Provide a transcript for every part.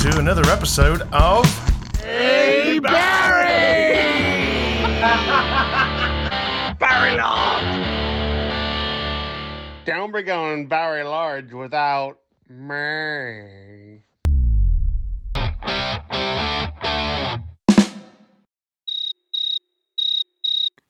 to another episode of Hey Barry! Barry Large. Don't be going Barry Large without me.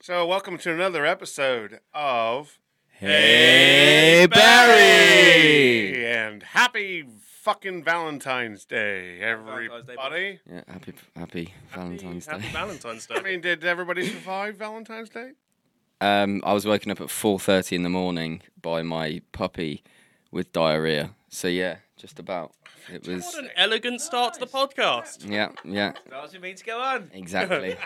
So, welcome to another episode of Hey Barry! and happy fucking Valentine's Day, Valentine's Day, bud. everybody. Yeah, happy happy Valentine's Happy Day. Valentine's I Day. mean, did everybody survive Valentine's Day? Um, I was waking up at four thirty in the morning by my puppy with diarrhea. So yeah, just about. It What was. an elegant start to the podcast. Yeah, yeah, That's what means go on. exactly.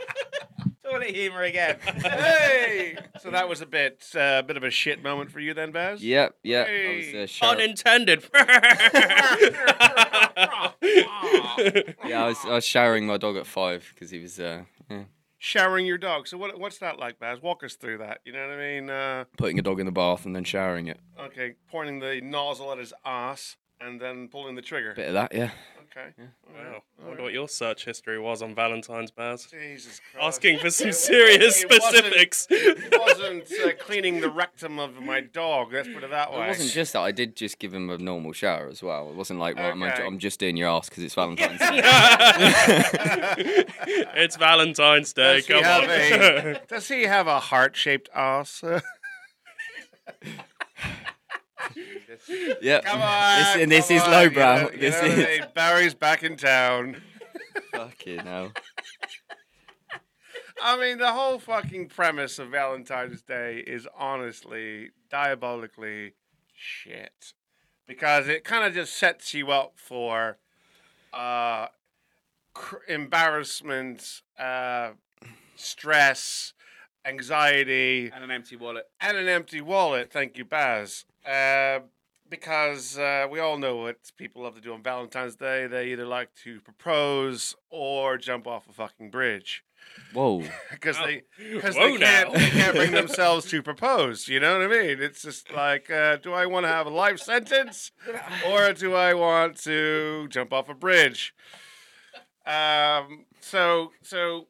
Toilet humour again. hey! So that was a bit, uh, bit of a shit moment for you then, Baz. Yep, yeah. I was, uh, shout- Unintended. yeah, I was, I was showering my dog at five because he was uh, yeah, Showering your dog. So what, what's that like, Baz? Walk us through that. You know what I mean? Uh, putting a dog in the bath and then showering it. okay, pointing the nozzle at his ass and then pulling the trigger. Bit of that, yeah. Okay. wow. I wonder what your search history was on Valentine's, Baz. Jesus Christ. Asking for some serious It wasn't- specifics. It wasn't uh, cleaning the rectum of my dog. Let's put it that way. It wasn't just that. I did just give him a normal shower as well. It wasn't like right, Okay. I'm, I'm just doing your ass because it's Valentine's. Day. it's Valentine's Day. Does he Come have on. a- Does he have a heart-shaped ass? Yeah. Come on. This, and this come is on, you lowbrow. know- you This know what I is mean? Barry's back in town. fucking hell. I mean, the whole fucking premise of Valentine's Day is honestly diabolically shit because it kind of just sets you up for uh, cr- embarrassment, uh, stress, anxiety, and an empty wallet. and an empty wallet. Thank you, Baz. Uh, because uh, we all know what people love to do on Valentine's Day. They either like to propose or jump off a fucking bridge Whoa. because they because Oh. Whoa they can't, they now. can't bring themselves to propose. You know what I mean? It's just like, uh, do I want to have a life sentence, or do I want to jump off a bridge? Um. So so,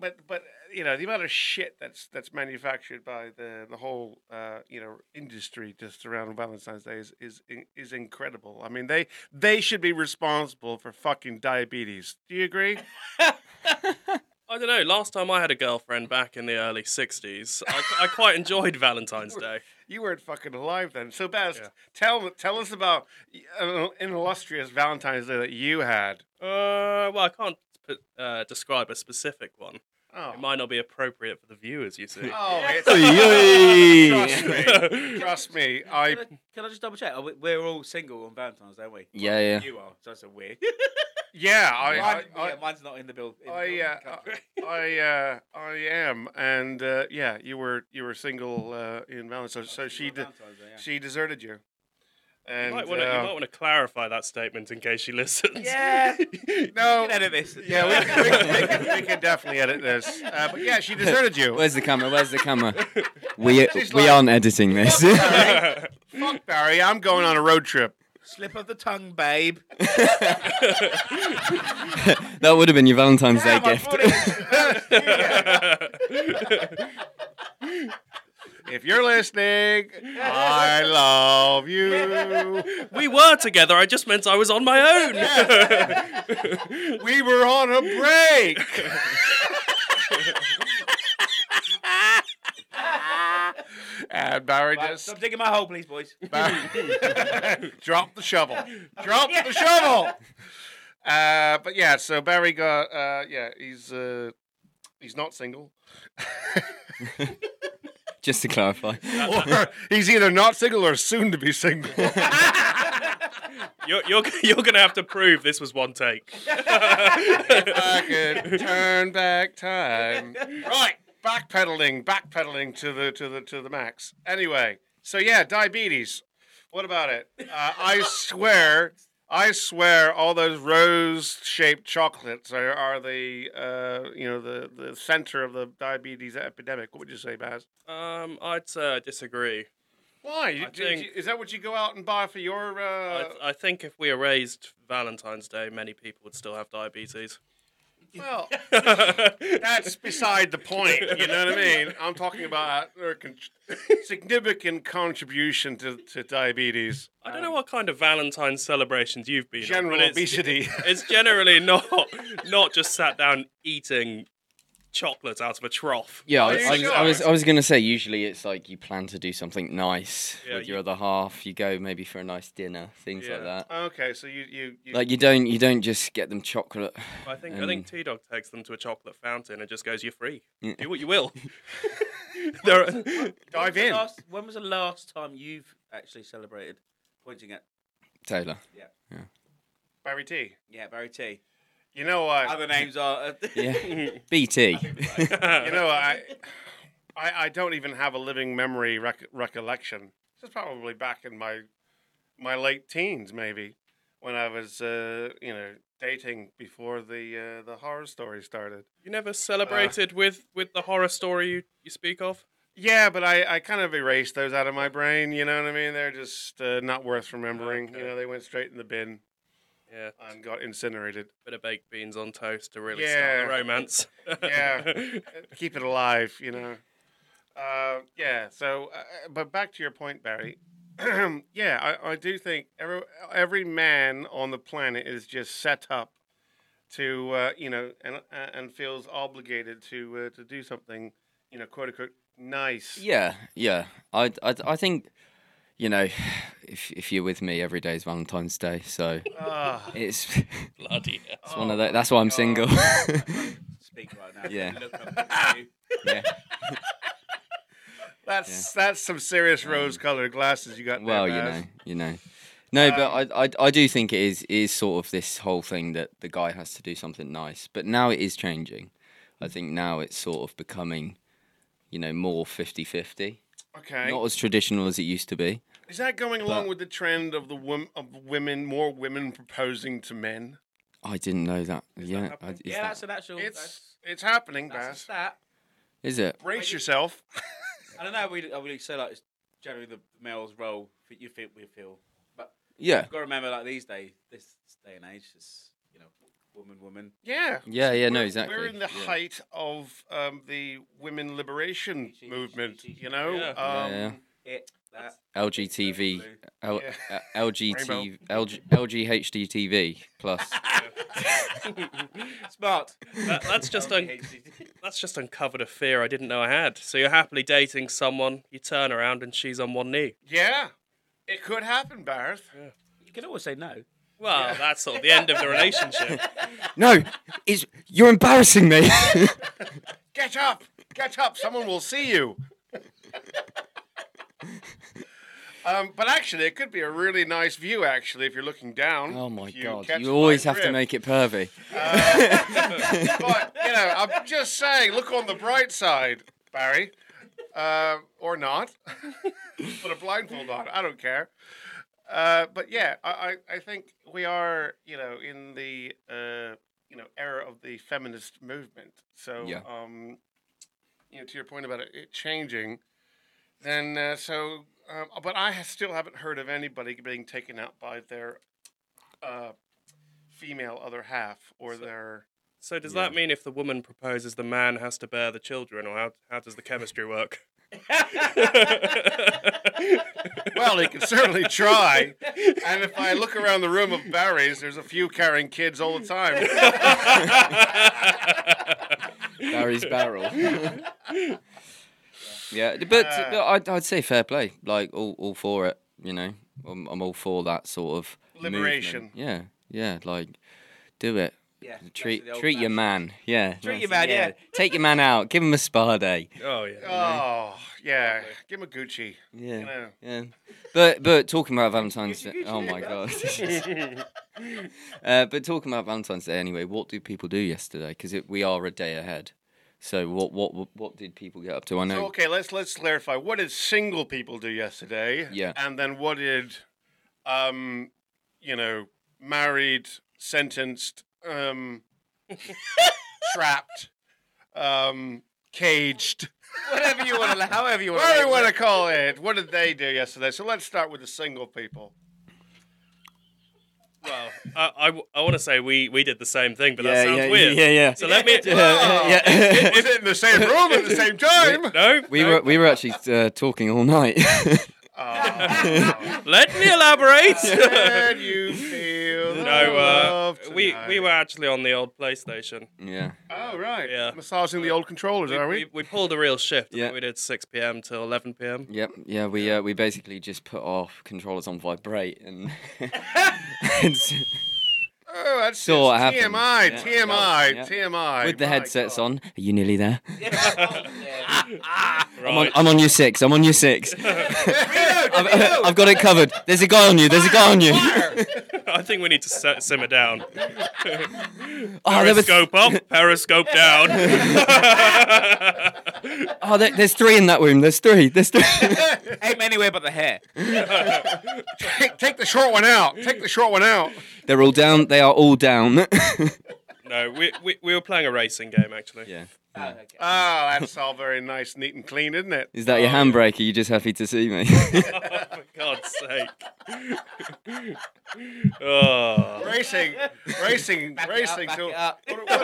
but but you know the amount of shit that's that's manufactured by the the whole uh, you know industry just around Valentine's Day is is is incredible. I mean they they should be responsible for fucking diabetes. Do you agree? I don't know. Last time I had a girlfriend back in the early 60s, I, I quite enjoyed Valentine's Day. You weren't fucking alive then. So, Baz, tell tell us about uh, an illustrious Valentine's Day that you had. Uh, well, I can't put, uh, describe a specific one. Oh, It might not be appropriate for the viewers, you see. oh it's, trust yeah, me, trust me. I Can I, can I just double check? Are we, we're all single on Valentine's, don't we? yeah. You are. So that's a weird. yeah, Mine, I I, yeah, mine's not in the bill. in the I, uh, bill yeah, country. I, I, uh, I am, and uh, yeah, you were you were single uh, in Valentine's, so, so she de- Valentine's Day, yeah. she deserted you. You And might, wanna, you uh, might want to clarify that statement in case she listens. yeah. no, Can edit this. yeah, we can, we, can, we, can, we can definitely edit this, uh, but yeah, she deserted you. Where's the camera? Where's the camera? We She's we like- aren't editing this. Fuck Barry, I'm going on a road trip. Slip of the tongue, babe. that would have been your Valentine's Day gift. If you're listening, I love you. we were together. I just meant I was on my own. We were on a break. and Barry Right, just Stop digging my hole, please, boys. Barry, drop the shovel. Drop the shovel. Uh, but yeah, so Barry got uh, yeah, he's uh, he's not single. Just to clarify. Or he's either not single or soon to be single. You're, you're, you're going to have to prove this was one take. I could turn back time. Right, backpedaling, backpedaling to the to the to the max. Anyway, so yeah, diabetes. What about it? Uh, I swear, I swear, all those rose-shaped chocolates are, are the uh, you know the the center of the diabetes epidemic. What would you say, Baz? Um, I'd say I disagree. Why? I Do- think- do- is that what you go out and buy for your? I, Uh... th- I think if we erased Valentine's Day, many people would still have diabetes. Well, that's beside the point. You know what I mean? I'm talking about their con- significant contribution to, to diabetes, I don't know what kind of Valentine's celebrations you've been on, Um, general but it's, obesity. it's generally not not just sat down eating chocolate out of a trough. Yeah, Are I, you I, was- I sure? was I was gonna say usually it's like you plan to do something nice Yeah, with you- your other half. You go maybe for a nice dinner, things Yeah. like that. okay, so you you, you Like you don't you don't just get them chocolate. I think I Um, think T Dog takes them to a chocolate fountain and just goes, "You're free. Yeah. Do what you will." There are- dive When was in. the last- when was the last time you've actually celebrated? Pointing at Taylor. Barry T. yeah, Barry T. You know what? Other names are uh, Yeah. BT. you know, I, I, I don't even have a living memory rec- recollection. This is probably back in my, my late teens, maybe, when I was, uh, you know, dating before the uh, the horror story started. you never celebrated with with the horror story you, you speak of. Yeah, but I, I kind of erased those out of my brain. You know what I mean? They're just uh, not worth remembering. You Okay. know, they went straight in the bin Yeah, and got incinerated. bit of baked beans on toast to really Yeah. start the romance. Yeah. Uh, Keep it alive, you know. Uh, yeah. So, uh, but back to your point, Barry. yeah, I, I do think every every man on the planet is just set up to uh, you know and and feels obligated to uh, to do something you know quote unquote nice. Yeah, yeah. I, I I think you know if if you're with me every day is Valentine's Day, so Ah, it's it's Bloody hell. one of those. That's why I'm single. speak right now. Yeah. Ah! Look up at you. yeah. that's that's some serious rose-colored glasses you got. Well, there, you Baz. know, you know. No, but I, I I do think it is is sort of this whole thing that the guy has to do something nice. But now it is changing. I think now it's sort of becoming, you know, more 50-50. Okay. Not as traditional as it used to be. Is that going along But- with the trend of the wom- of women more women proposing to men? I didn't know that. yeah, I- happening? is, yeah, that- that's an actual. It's Oh, that's, it's happening, that's a Bass. stat. is it? Brace yourself. I don't know. We I really say like it's generally the male's role. that You feel we feel, but Yeah, you've got to remember like these days, this day and age, it's you know, woman, woman. Yeah. yeah, yeah. No, We're- exactly. We're in the yeah. height of um, the women liberation She- she- movement, she- she- you know? Yeah. Um, Yeah. It that. LGTV, L, Yeah. uh, LGT, Rainbow. LG, LGHDTV plus. Smart. That, that's just un- It's that's just uncovered a fear I didn't know I had. So you're happily dating someone, you turn around and she's on one knee. yeah. It could happen, Barth. You can always say no. Well, that's sort of the end of the relationship. no, it's you're embarrassing me. Get up! Get up! Someone will see you. um, but actually, it could be a really nice view, actually, if you're looking down. oh my if you god, catch you always my have to drift. make it pervy. But you know, I'm just saying. Look on the bright side, Barry, uh, or not. Put a blindfold on. I don't care. Uh, but yeah, I, I, I think we are, you know, in the uh, you know era of the feminist movement. So, Yeah. um, you know, to your point about it, it changing, then uh, so. Um, but I ha- still haven't heard of anybody being taken out by their uh, female other half or their So does Yeah. that mean if the woman proposes, the man has to bear the children, or how, how does the chemistry work? Well, he can certainly try. And if I look around the room of Barry's, there's a few carrying kids all the time. Oh, Barry's barrel. yeah, d- but, Uh, but I'd, I'd say fair play. Like all, all for it. You know, I'm, I'm all for that sort of movement. Liberation. Yeah, yeah. Like, do it. Yeah. back to Treat the old treat your fashioned. man. Yeah. Treat your that's- man, yeah. Take your man out. Give him a spa day. oh yeah. Oh, yeah. Give him a Gucci. Yeah. You know. Yeah. But but talking about Valentine's Gucci, Day. Oh Gucci, my yeah. god. uh, but talking about Valentine's Day anyway, what did people do yesterday? Because we are a day ahead. So what what what did people get up to? I So, know. okay, let's let's clarify. What did single people do yesterday? Yeah. And then what did, um, you know, married, sentenced, um, trapped, um, caged. Whatever you want to, however you want Whatever to. you want to call it. What did they do yesterday? So let's start with the single people. Well, I, I, want to say we, we did the same thing, but Yeah, that sounds yeah, weird. yeah, yeah. So let me. yeah. Is it in the same room at the same time? No, We no. were we were actually uh, talking all night. Oh. Let me elaborate. Can you feel the no, uh, love we tonight? we were actually on the old PlayStation. yeah. Oh right, Yeah. Massaging the old controllers, are We, we? we pulled a real shift. I think Yeah. We did 6 p.m. till 11 p.m. Yep. Yeah. We uh, we basically just put our controllers on vibrate and. and s- Oh, that's Saw what just happened. TMI, Yeah. TMI, Yeah. TMI. with the Oh My headsets God. on. Are you nearly there? I'm on, Right. I'm on your six. I'm on your six. I've, I've got it covered. There's a guy on you. There's a guy on you. I think we need to se- simmer down. Oh, there was, Periscope up, periscope down. oh there, there's three in that room. There's three. There's three. Aim anywhere but the hair. Take, take the short one out. Take the short one out. They're all down. They are all down. no, we, we we were playing a racing game actually. yeah. Ah, Oh, Uh, that's all very nice, neat and clean, isn't it? Oh, Is that your handbrake? Are you just happy to see me? For God's sake. oh. Racing, racing, racing. back to, it up. What, what-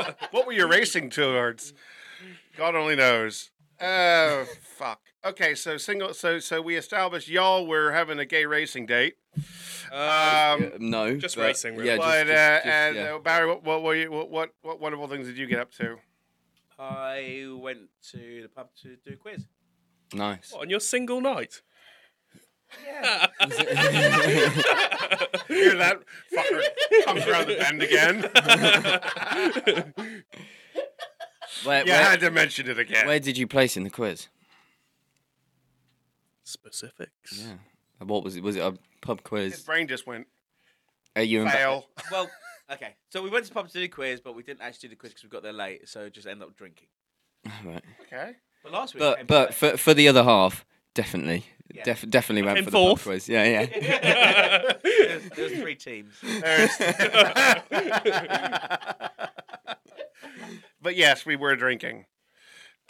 what- what were you racing towards? God only knows. Oh, fuck. Okay, so single. So so we established y'all were having a gay racing date. Um, no. Just but- racing, really. Yeah. Just, but just- uh, just- and yeah. uh, Barry, what what, were you, what what what wonderful things did you get up to? I went to the pub to do a quiz. nice. On your single night. Hear that fucker comes around the bend again. Where, Yeah, I where, had to mention it again. where did you place in the quiz? Specifics. Yeah. What was it? Was it a pub His quiz? brain just went Are you in? fail. Well, okay. So we went to the pub to do a quiz, but we didn't actually do the quiz because we got there late, so just ended up drinking. Right. Okay. But last week, But but for for the other half, definitely, Def- definitely went In for the pub fourth. quiz. Yeah, yeah. there's, there's three teams. But yes, we were drinking.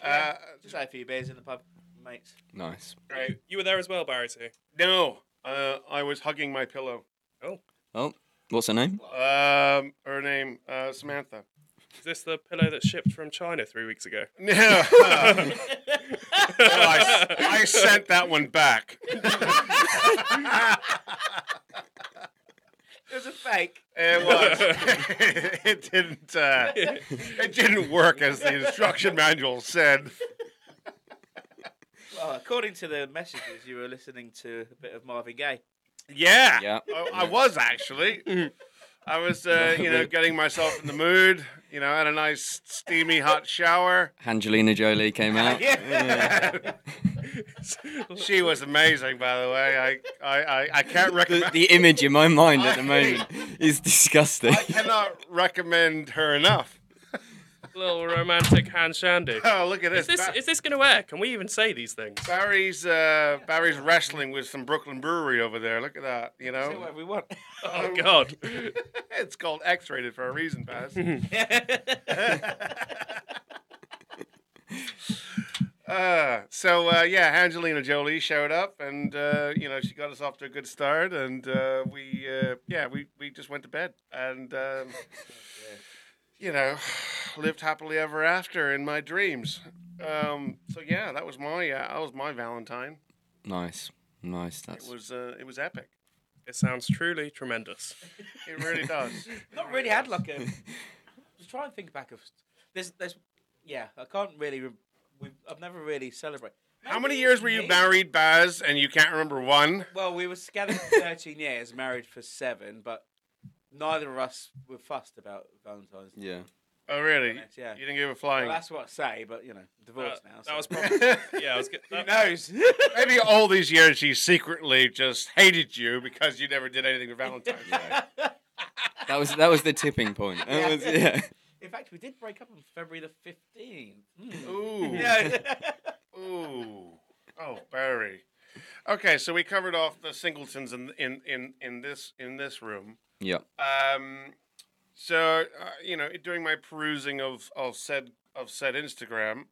Uh, Just had a few beers in the pub, mates. nice. Right. You were there as well, Barry too. no, uh, I was hugging my pillow. Oh, what's her name? Um, her name uh, Samantha. Is this the pillow that shipped from China three weeks ago? No, uh, I, I sent that one back. It was a fake. It was. it didn't. Uh, it didn't work as the instruction manual said. Well, according to the messages, you were listening to a bit of Marvin Gaye. Yeah. Yeah. I, I was actually. I was, uh, you know, getting myself in the mood. You know, had a nice steamy hot shower. Angelina Jolie came out. She was amazing, by the way. I, I, I, I can't The, recommend. the image in my mind at the moment is disgusting. I cannot recommend her enough. Little romantic hand shandy. Oh, look at this. Is this Ba- is this going to air? Can we even say these things? Barry's uh, Barry's wrestling with some Brooklyn brewery over there. Look at that. You Say know, whatever we want. Oh God. it's called X-rated for a reason, Baz. Uh, so uh, yeah, Angelina Jolie showed up, and uh, you know she got us off to a good start, and uh, we uh, yeah we, we just went to bed, and um, you know lived happily ever after in my dreams. Um, so yeah, that was my uh, that was my Valentine. Nice, nice. It That's was uh, it was epic. It sounds truly tremendous. It really does. Not really had like a. Just try and think back of. There's, there's, yeah. I can't really. Re- we, I've never really celebrated. How many years were you married, Baz, and you can't remember one? Well, we were together for 13 years, married for seven, but neither of us were fussed about Valentine's Day. yeah. Oh really? Yeah. You didn't give a flying. Well, that's what I say, but you know, divorced now. That was so- probably. Yeah, I was. Get, that, Who knows? Maybe all these years she secretly just hated you because you never did anything for Valentine's Day. That was that was the tipping point. That was- yeah. In fact, we did break up on February the 15th. Mm. Ooh. Yeah. Ooh. Oh, Barry. Okay, so we covered off the singletons in in in, in this in this room. Yep. Um, so uh, you know, during my perusing of of said of said Instagram,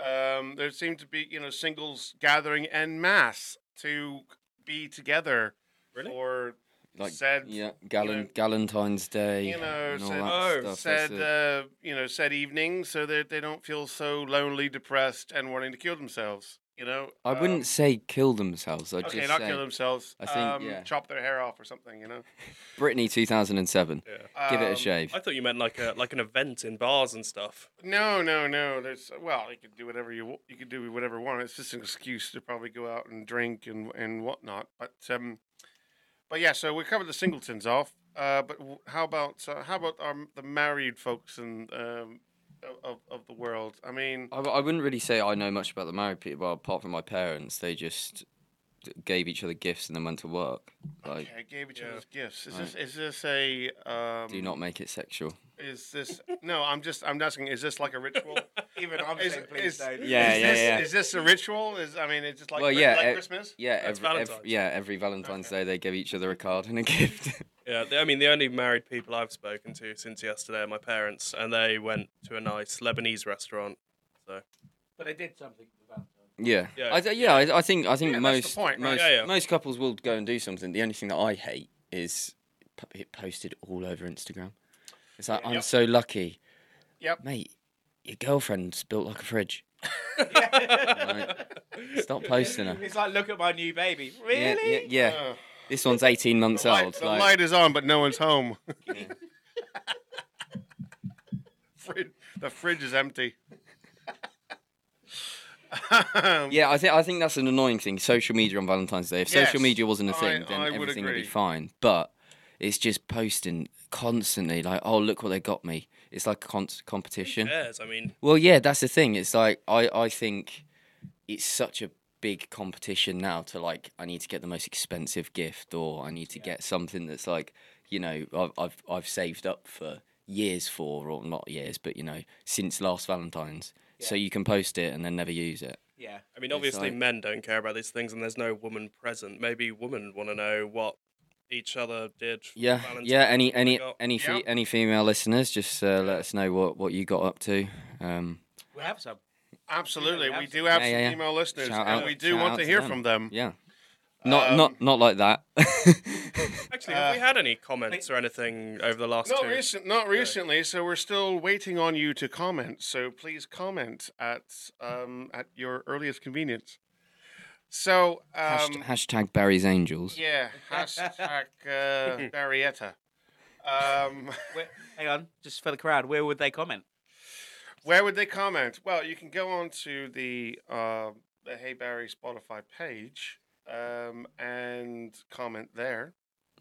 um, there seemed to be you know singles gathering en masse to be together Really? or Like said yeah, Galen, you know- Galentine's Day, you know and all said, that Oh, stuff. said that's it. uh, you know said evening so that they don't feel so lonely, depressed, and wanting to kill themselves. You know, I Um, wouldn't say kill themselves. I'd Okay, just not say kill themselves. I think, um, yeah. chop their hair off or something. You know, Britney 2007. Give it a Um, shave. I thought you meant like a like an event in bars and stuff. No, no, no. There's well, you could do whatever you wa- you could do whatever you want. It's just an excuse to probably go out and drink and and whatnot. But um, but yeah. So we covered the singletons off. Uh, but w- how about uh, how about our, the married folks and um of- of of the world? I mean, I, I wouldn't really say I know much about the married people, well, apart from my parents. They just d- gave each other gifts and then went to work. Like, okay, gave each Yeah. other's gifts. Is Oh, Right. this is this a um? do not make it sexual. Is this no? I'm just I'm asking. Is this like a ritual? Even I'm Is- saying please is- don't. Yeah, is yeah, this, yeah. Is this a ritual? Is I mean, it's just like, Well, Chri- yeah, like eh, Christmas. Yeah, That's every, ev- Valentine's. yeah, every Valentine's Day they give each other a card and a gift. Yeah, the, I mean the only married people I've spoken to since yesterday are my parents, and they went to a nice Lebanese restaurant. So But I did something for Valentine's. yeah, Yeah. I, d- yeah, I, I think I think Yeah, that's the most point, right? most, Yeah, yeah. most couples will go and do something. The only thing that I hate is p- it posted all over Instagram. It's like I'm Yep. so lucky. Yep. mate, your girlfriend's built like a fridge. Like, stop posting her. It's like look at my new baby. Really? Yeah, yeah, yeah. Uh, This one's 18 months the light, old. the like- light is on, but no one's home. Frid- the fridge is empty. Um, yeah, I think I think that's an annoying thing. Social media on Valentine's Day. If social Yes, media wasn't a I- thing, then I would everything be agree. fine. But it's just posting constantly. Like, oh, look what they got me. It's like a con- competition. yes, I mean Well, yeah, that's the thing. It's like I, I think it's such a big competition now to like I need to get the most expensive gift or I need to get something that's like you know I've I've, I've saved up for years for or not years but you know since last Valentine's. So you can post it and then never use it. Yeah. I mean, obviously, like- men don't care about these things, and there's no woman present. Maybe women want to know what each other did. for Yeah, Valentine's yeah. Any Day, any what they got. any fe- Yeah. any female listeners, just uh, let us know what what you got up to. Um, We have some. absolutely. Yeah, We do have yeah, some yeah. female listeners, Shout and out- we do shout want out to to hear them. from them. yeah, not Um, not not like that. Actually, have we had any comments Wait. or anything over the last uh, Not two? recent, not recently. So we're still waiting on you to comment. So please comment at um, at your earliest convenience. So um, Hasht- hashtag Barry's Angels. yeah, hashtag uh, Barrietta. Um, Where, hang on, just for the crowd, where would they comment? where would they comment? Well, you can go on to the uh, the Hey Barry Spotify page um, and comment there.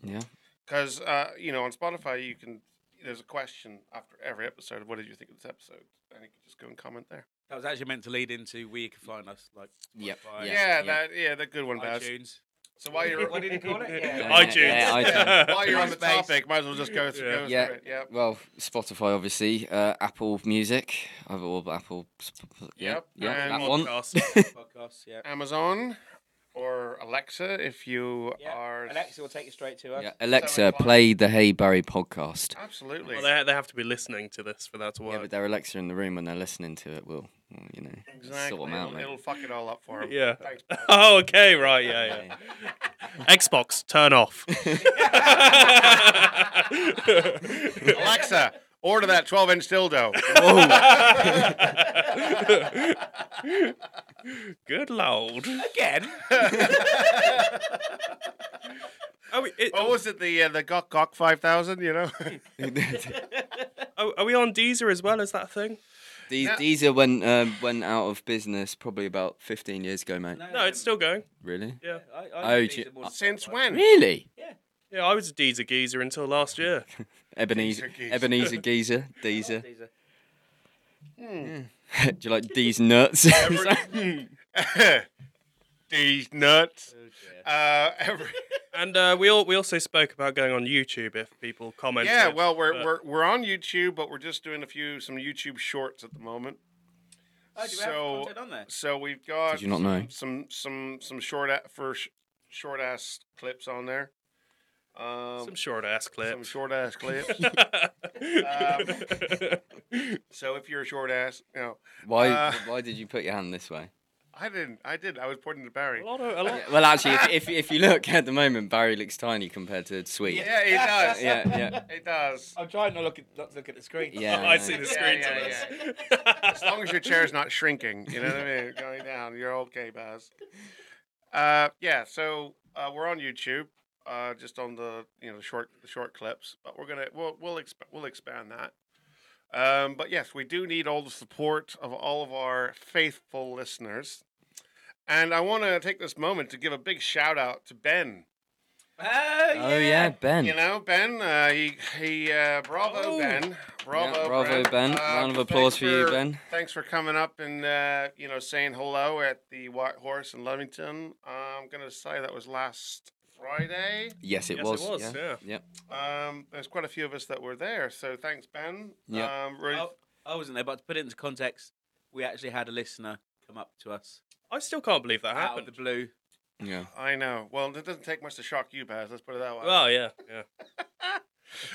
Yeah. because uh, you know on Spotify you can there's a question after every episode of what did you think of this episode, and you can just go and comment there. That was actually meant to lead into where you can find us, like Yep, Spotify, Yeah, Yeah, yeah. that yeah, that good one, Baz. iTunes. So while you're What did he call it? Yeah. Yeah, iTunes. yeah, iTunes. while you're on the Space. topic, might as well just go Yeah. through, go through Yeah. it. Yeah. Well, Spotify, obviously, uh, Apple Music, Apple, Apple, Sp- yeah, Yep, yeah, and that one. Podcast. Podcasts, yeah. Amazon or Alexa if you Yeah, are Alexa will take you straight to us. Yeah, Seven Alexa, o'clock. play the Hey Barry podcast. Absolutely. well, they, they have to be listening to this for that to Yeah, but work. their Alexa in the room when they're listening to it will, well, you know, exactly. sort them out, it'll, mate. it'll fuck it all up for them. Yeah. Thanks, Baz. oh, okay, right, yeah, yeah. Xbox, turn off. Alexa, order that 12 inch dildo. Good lord. Again, Are we, it- What was it? The uh, the Gok Gok 5000, you know? Oh! are, are we on Deezer as well as that thing? These Deezer went um, went out of business probably about 15 years ago, mate. No, it's still going. Really? Yeah. I, I Oh, use gee- it more than Since Spotify. when? Really? Yeah, I was a Deezer geezer until last year. Ebenezer, Geezer, geezer. Ebenezer Geezer, Deezer. These are- Do you like these nuts? These nuts. Oh, dear. Uh, every, And uh, we all, we also spoke about going on YouTube if people commented. yeah, well, we're, but- Uh. we're we're on YouTube, but we're just doing a few some YouTube shorts at the moment. Oh, do we have So- content on there? So we've got Did you not know? some some some short a- for sh- short ass clips on there. Um, Some short ass some Um, clips. short ass clips. so if you're a short ass, you know, Why? Uh, why did you put your hand this way? I didn't. I did. I was pointing to Barry. a lot of, a lot. Yeah, well, actually, if, if if you look at the moment, Barry looks tiny compared to Sweet. Yeah, he does. yeah, yeah. He does. I'm trying not look at not to look at the screen. Yeah. I see the Yeah, screen yeah, to this. As long as your chair's not shrinking, you know what I mean? Going down, you're okay, Baz. Uh, yeah, so uh, we're on YouTube, uh, just on the you know the short the short clips, but we're gonna we'll we'll, exp- we'll expand that. Um, but yes, we do need all the support of all of our faithful listeners, and I want to take this moment to give a big shout out to Ben. Oh yeah. Oh yeah, Ben. You know, Ben, uh, he he, uh, bravo, Oh. Ben, bravo, Yeah, bravo, Brent. Ben. Uh, Round of thanks applause for you, for- Ben. Thanks for coming up and uh, you know saying hello at the White Horse in Leamington. I'm gonna say that was last Friday. Yes, it Yes, it was. was, yeah. Yep. Um, there's quite a few of us that were there, so thanks, Ben. Yeah. Um, really, Oh, I wasn't there, but to put it into context, we actually had a listener come up to us I still can't believe that out of happened. the blue. Yeah. I know. Well, it doesn't take much to shock you, Baz. Let's put it that way. Oh yeah, yeah.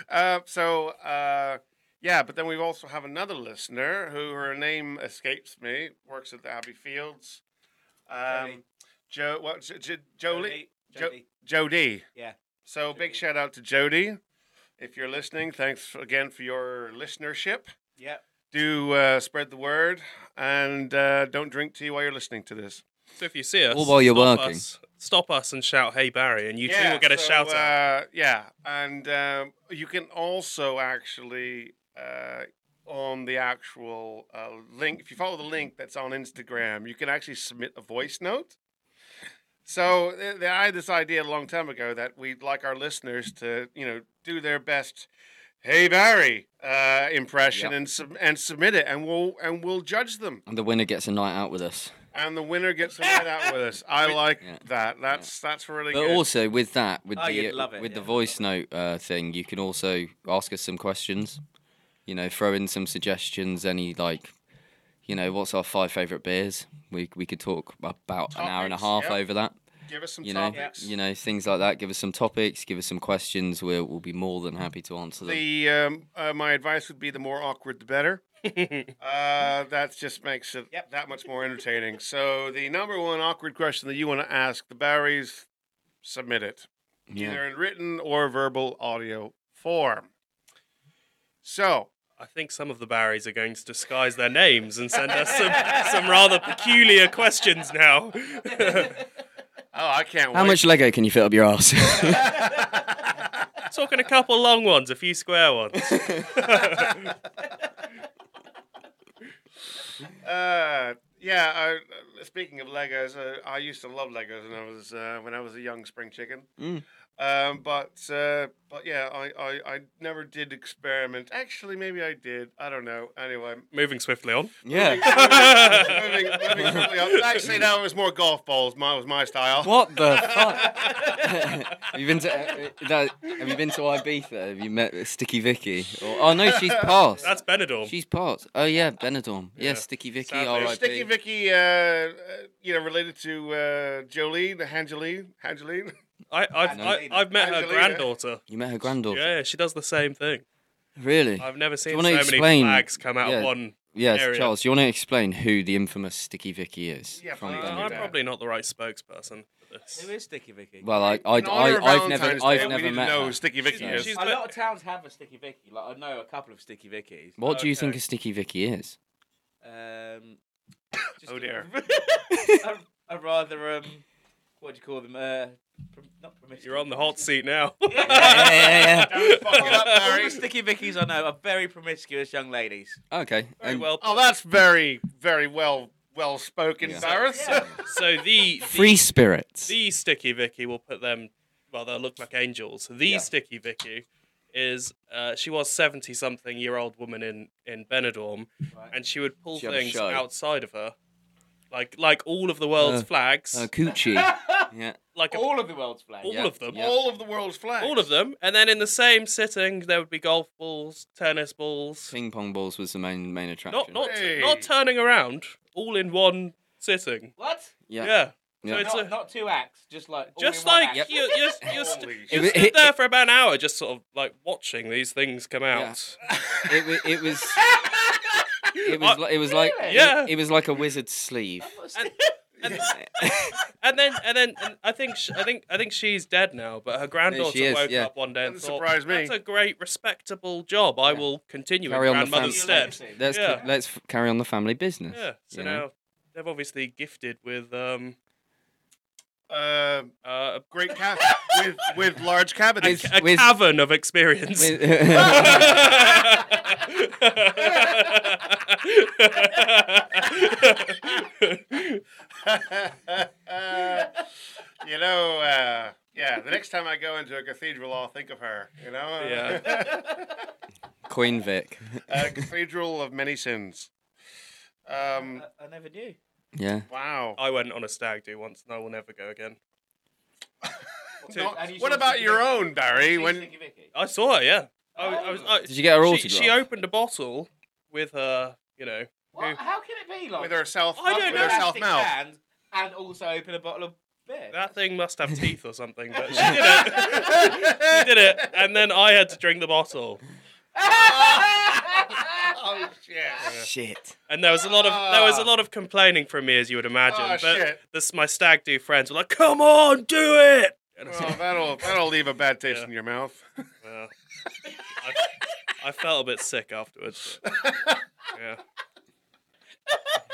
Uh, so uh, yeah, but then we also have another listener who her name escapes me. Works at the Abbey Fields. Um, Jo, what J- J- Jolie? Jo- Jodie. Jody. Yeah. So big shout out to Jody. If you're listening, thanks again for your listenership. Yeah. Do uh, spread the word and uh, don't drink tea while you're listening to this. So if you see us, All while you're stop working. us, stop us and shout, "Hey Barry!" and you two will get a so, shout out. Uh, yeah, and um, you can also actually uh, on the actual uh, link, if you follow the link that's on Instagram, you can actually submit a voice note. So th- th- I had this idea a long time ago that we'd like our listeners to, you know, do their best. Hey Barry, uh, impression Yep. and sub- and submit it, and we'll and we'll judge them, And the winner gets a night out with us. and the winner gets to night out with us. I like Yeah. that. That's that's really But good. also with that, with Oh, the you'd love it, with the yeah. voice note uh, thing, you can also ask us some questions. You know, throw in some suggestions. Any like, you know, what's our five favorite beers? We we could talk about an hour and a Topics, half yeah. over that. Give us some You know, topics. you know things like that. Give us some topics. Give us some questions. We'll we'll be more than happy to answer them. The um, uh, my advice would be the more awkward, the better. uh, that just makes it Yep. that much more entertaining. So the number one awkward question that you want to ask the Barrys, submit it Yeah. either in written or verbal audio form. So I think some of the Barrys are going to disguise their names and send us some, some rather peculiar questions now. oh, I can't How wait. much Lego can you fit up your ass? Talking a couple long ones, a few square ones. Uh, yeah. I, speaking of Legos, uh, I used to love Legos when I was uh, when I was a young spring chicken. Mm. Um, but uh, but yeah, I, I, I never did experiment. Actually, maybe I did. I don't know. Anyway, Moving swiftly on. yeah. moving, moving quickly on. Actually, no, it was more golf balls. My was my style. What the fuck? have you been to uh, that, Have you been to Ibiza? Have you met Sticky Vicky? Or, oh no, she's passed. That's Benidorm. She's passed. Oh yeah, Benidorm. Yeah, Sticky Vicky. Sadly. R.I.P. Sticky Vicky, uh, uh, you know, related to uh, Jolene, Angeline, Angeline. I, I've, I, Angelina. I've met her Angelina. granddaughter. You met her granddaughter. Yeah, yeah, she does the same thing. Really? I've never seen so wanna many explain- flags come out yeah. of one. yes, area. Charles. You want to explain who the infamous Sticky Vicky is? Yeah, from please. Uh, don't do I'm that. Benidorm? probably not the right spokesperson for this. Who is Sticky Vicky? Well, I, I, In honor of I, have never, Valentine's Day, I've we never need met to know her. who Sticky Vicky She's- is. she's- a lot of towns have a Sticky Vicky. Like I know a couple of Sticky Vickies. What do you think Okay. a Sticky Vicky is? Um, just Oh, a- dear. a, a rather um, what do you call them? Uh, prom- not promiscuous. You're on the hot seat now. yeah, yeah, yeah, Don't fuck it up, All Barry. the Sticky Vickies I know are very promiscuous young ladies. yeah. Okay. Very and well. Oh, that's very, very well, well spoken, Yeah. Cyrus. So the, Free spirits. the sticky Vicky will put them. Well, they'll look like angels. The Yeah. sticky Vicky is uh, she was seventy something year old woman in in Benidorm, Right. and she would pull She had a things show. outside of her, like like all of the world's Uh, flags, Uh, coochie. yeah. like a, all, All of the world's flags. yeah, of them, yeah. All of the world's flags. all of them, and then in the same sitting there would be golf balls, tennis balls, Ping pong balls was the main main attraction. not not Hey. not turning around, all in one sitting. What? yeah. Yeah, Yeah. So it's uh, Not, a, not two acts, just like all just in one like act. you, you're, you're, st- Holy you shit. stood there for about an hour, just sort of like watching these things come Yeah. out. It, wa- it was. It was. Uh, li- It was like. Yeah. It, was like a wizard's sleeve. And then, and then, and I think, sh I think, I think she's dead now. But her granddaughter is, woke yeah. up one day and Doesn't thought, surprise me. "That's a great, respectable job. I will continue Carry in on the grandmother's fam- steps." Legacy. Let's c- Yeah. let's f- carry on the family business. Yeah. So you now know? they've obviously gifted with um Uh, uh, a, great cab with with large a, cabinets. ca- a with- cavern of experience. Uh, you know, uh, yeah. The next time I go into a cathedral, I'll think of her. You know, Yeah. Queen Vic. a cathedral of many sins. Um, I, I never knew. Yeah. wow. I went on a stag do once, and I will never go again. Not- and you what saw about Vicky your Vicky? own, Barry? She's When Vicky Vicky. I saw her. Yeah. I, was- I was, I, Oh. Did you get her she, autograph? she opened a bottle with her. You know. What? How can it be like with her self, I don't with know. her self plastic mouth. band and also open a bottle of beer? That thing must have teeth or something, but she did it. She did it, and then I had to drink the bottle. oh shit. Shit. And there was a lot of there Ah. was a lot of complaining from me, as you would imagine. Oh, but shit. this my stag do friends were like, "Come on, do it!" And I was Well, like, that'll that'll leave a bad taste Yeah. in your mouth. Ah. well, I, I felt a bit sick afterwards. but, yeah,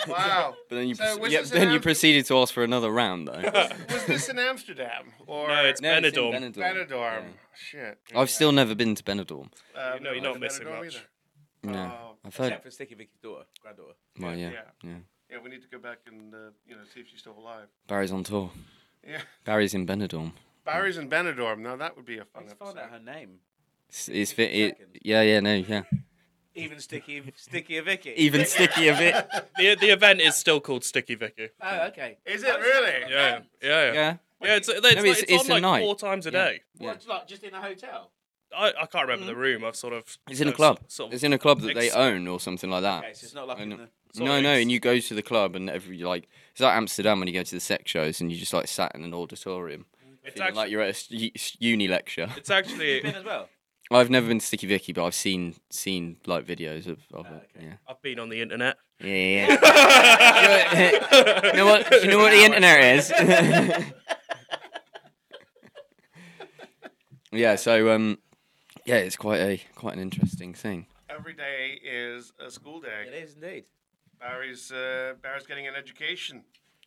Wow. But then you, So proce- was yeah, this then you announced- proceeded to ask for another round, though. Was this in Amsterdam or No, it's- No, it's in Benidorm. Benidorm? Yeah. Shit. I've still never been to Benidorm. Uh, You know, you're I've not been missing Benidorm much. either. No, Oh. I've heard. Except for Sticky Vicky's daughter, granddaughter. Well, yeah, yeah. yeah. Yeah, we need to go back and uh, you know see if she's still alive. Barry's on tour. Yeah, Barry's in Benidorm. Barry's in Benidorm. Now that would be a I fun just found episode. out her name. It's, it's fit. It, Seconds. yeah, yeah, no, yeah. Even Sticky, Sticky Vicky. Even stickier bit. the the event is still called Sticky Vicky. Oh, okay. Is it really? Yeah, yeah, yeah. yeah. Yeah. it's, it's, like- it's- it's it's on a like night. four times a Yeah. day. Yeah. What, like just in a hotel? I, I can't remember the room. I've sort of It's in a I've club. Sort of, It's in a club that they ex- own or something like that. Okay, so it's not like I in know. the. sort no, of no, ex- and you go to the club and every like it's like Amsterdam when you go to the sex shows and you just like sat in an auditorium, It's feeling actually, like you're at a s- u- s- uni lecture. it's actually Been as well. I've never been to Sticky Vicky, but I've seen seen like videos of, of Ah, it. okay. I've been on the internet. Yeah, yeah. yeah. you know what? You know what the internet is. yeah. So um, yeah, it's quite a quite an interesting thing. Every day is a school It day. is indeed. Barry's uh, Barry's getting an education.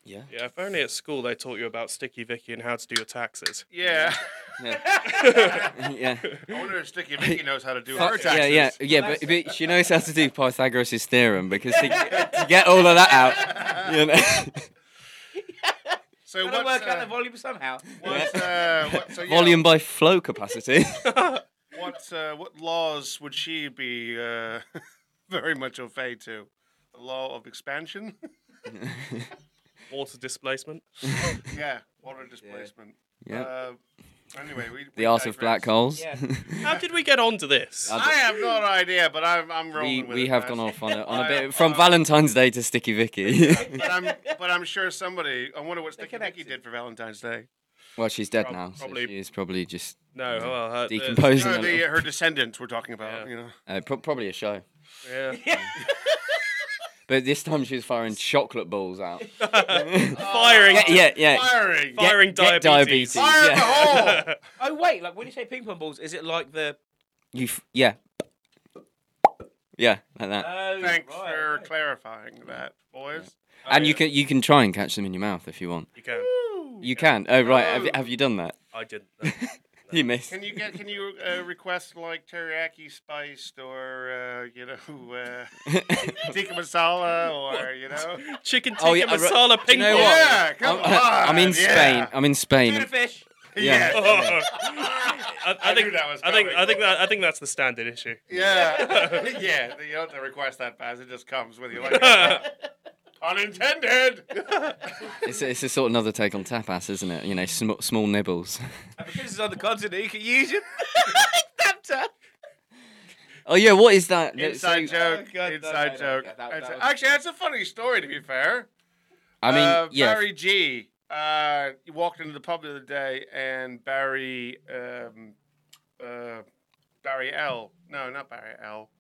Yeah. Yeah, if only at school they taught you about Sticky Vicky and how to do your taxes. Yeah. Yeah. yeah. I wonder if Sticky Vicky knows how to do her Fuck, taxes. yeah, yeah, yeah, but, but she knows how to do Pythagoras' theorem because to, to get all of that out, you know, So Gotta what's, work out the uh, volume somehow. what's, uh, what, so, yeah, volume by flow capacity. What uh, what laws would she be uh, very much au fait to? The law of expansion. Water displacement. yeah, water displacement. Yeah. Uh, anyway, we. the art of black holes. Yeah. How did we get onto this? I I have no idea, but I'm I'm rolling we with we it, have guys. gone off on a, on a I- bit from I- Valentine's Day to Sticky Vicky. But I'm but I'm sure somebody. I wonder what Sticky Vicky connected. did for Valentine's Day. well, she's dead Prob- now. Probably probably- so she's probably just No, well, uh, the, decomposing. No, a the, little. her descendants we're talking about. Yeah. You know. Uh, pro- probably a show, yeah. but this time she was firing chocolate balls out. firing, yeah, yeah, yeah. Firing. Fire- Firing Get- get diabetes. Fire in the yeah. hole. Oh wait, like when you say ping pong balls, is it like the? You f- yeah. Yeah, Uh, like that. Oh, Thanks right, for okay. clarifying that, boys. and you can you can try and catch them in your mouth if you want. You can. You can. Oh right, have you, have you done that? I didn't. know. You missed. Can you get? Can you uh, request like teriyaki spiced or uh, you know uh, tikka masala or you know? Chicken tikka Oh, yeah, I re- masala Do ping you know pong. what? Yeah, come I'm, I'm in on, yeah. Spain. I'm in Spain. Tuna fish. Yeah. Yeah. I, I I think knew that was I think coming. I think that I think that's the standard issue. Yeah, yeah. You don't have to request that fast. It just comes with you. Like, unintended. It's, a- it's a sort of another take on tapas, isn't it? You know, sm- small nibbles. And Uh, because it's on the continent, you can use it. Stabbed her. Oh yeah, what is that? That- Inside so- joke. Oh, God, no, inside no, no, joke. that- that That's- was- Actually, that's a funny story. To be fair, I mean, uh, yeah, Barry G uh, you walked into the pub the other day and Barry, um, uh, Barry L. No, not Barry L.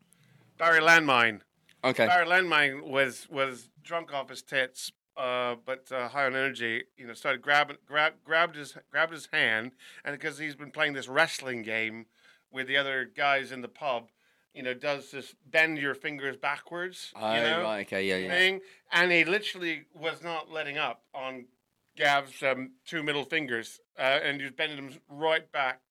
Barry Landmine. Okay. Barry Landmine was was drunk off his tits, uh, but uh, high on energy. You know, started grabbing, grab, grabbed his grabbed his hand, and because he's been playing this wrestling game with the other guys in the pub, you know, does this bend your fingers backwards. Oh, you know? right. Okay. Yeah. Yeah. thing, and he literally was not letting up on Gav's um, two middle fingers, uh, and he was bending them right back.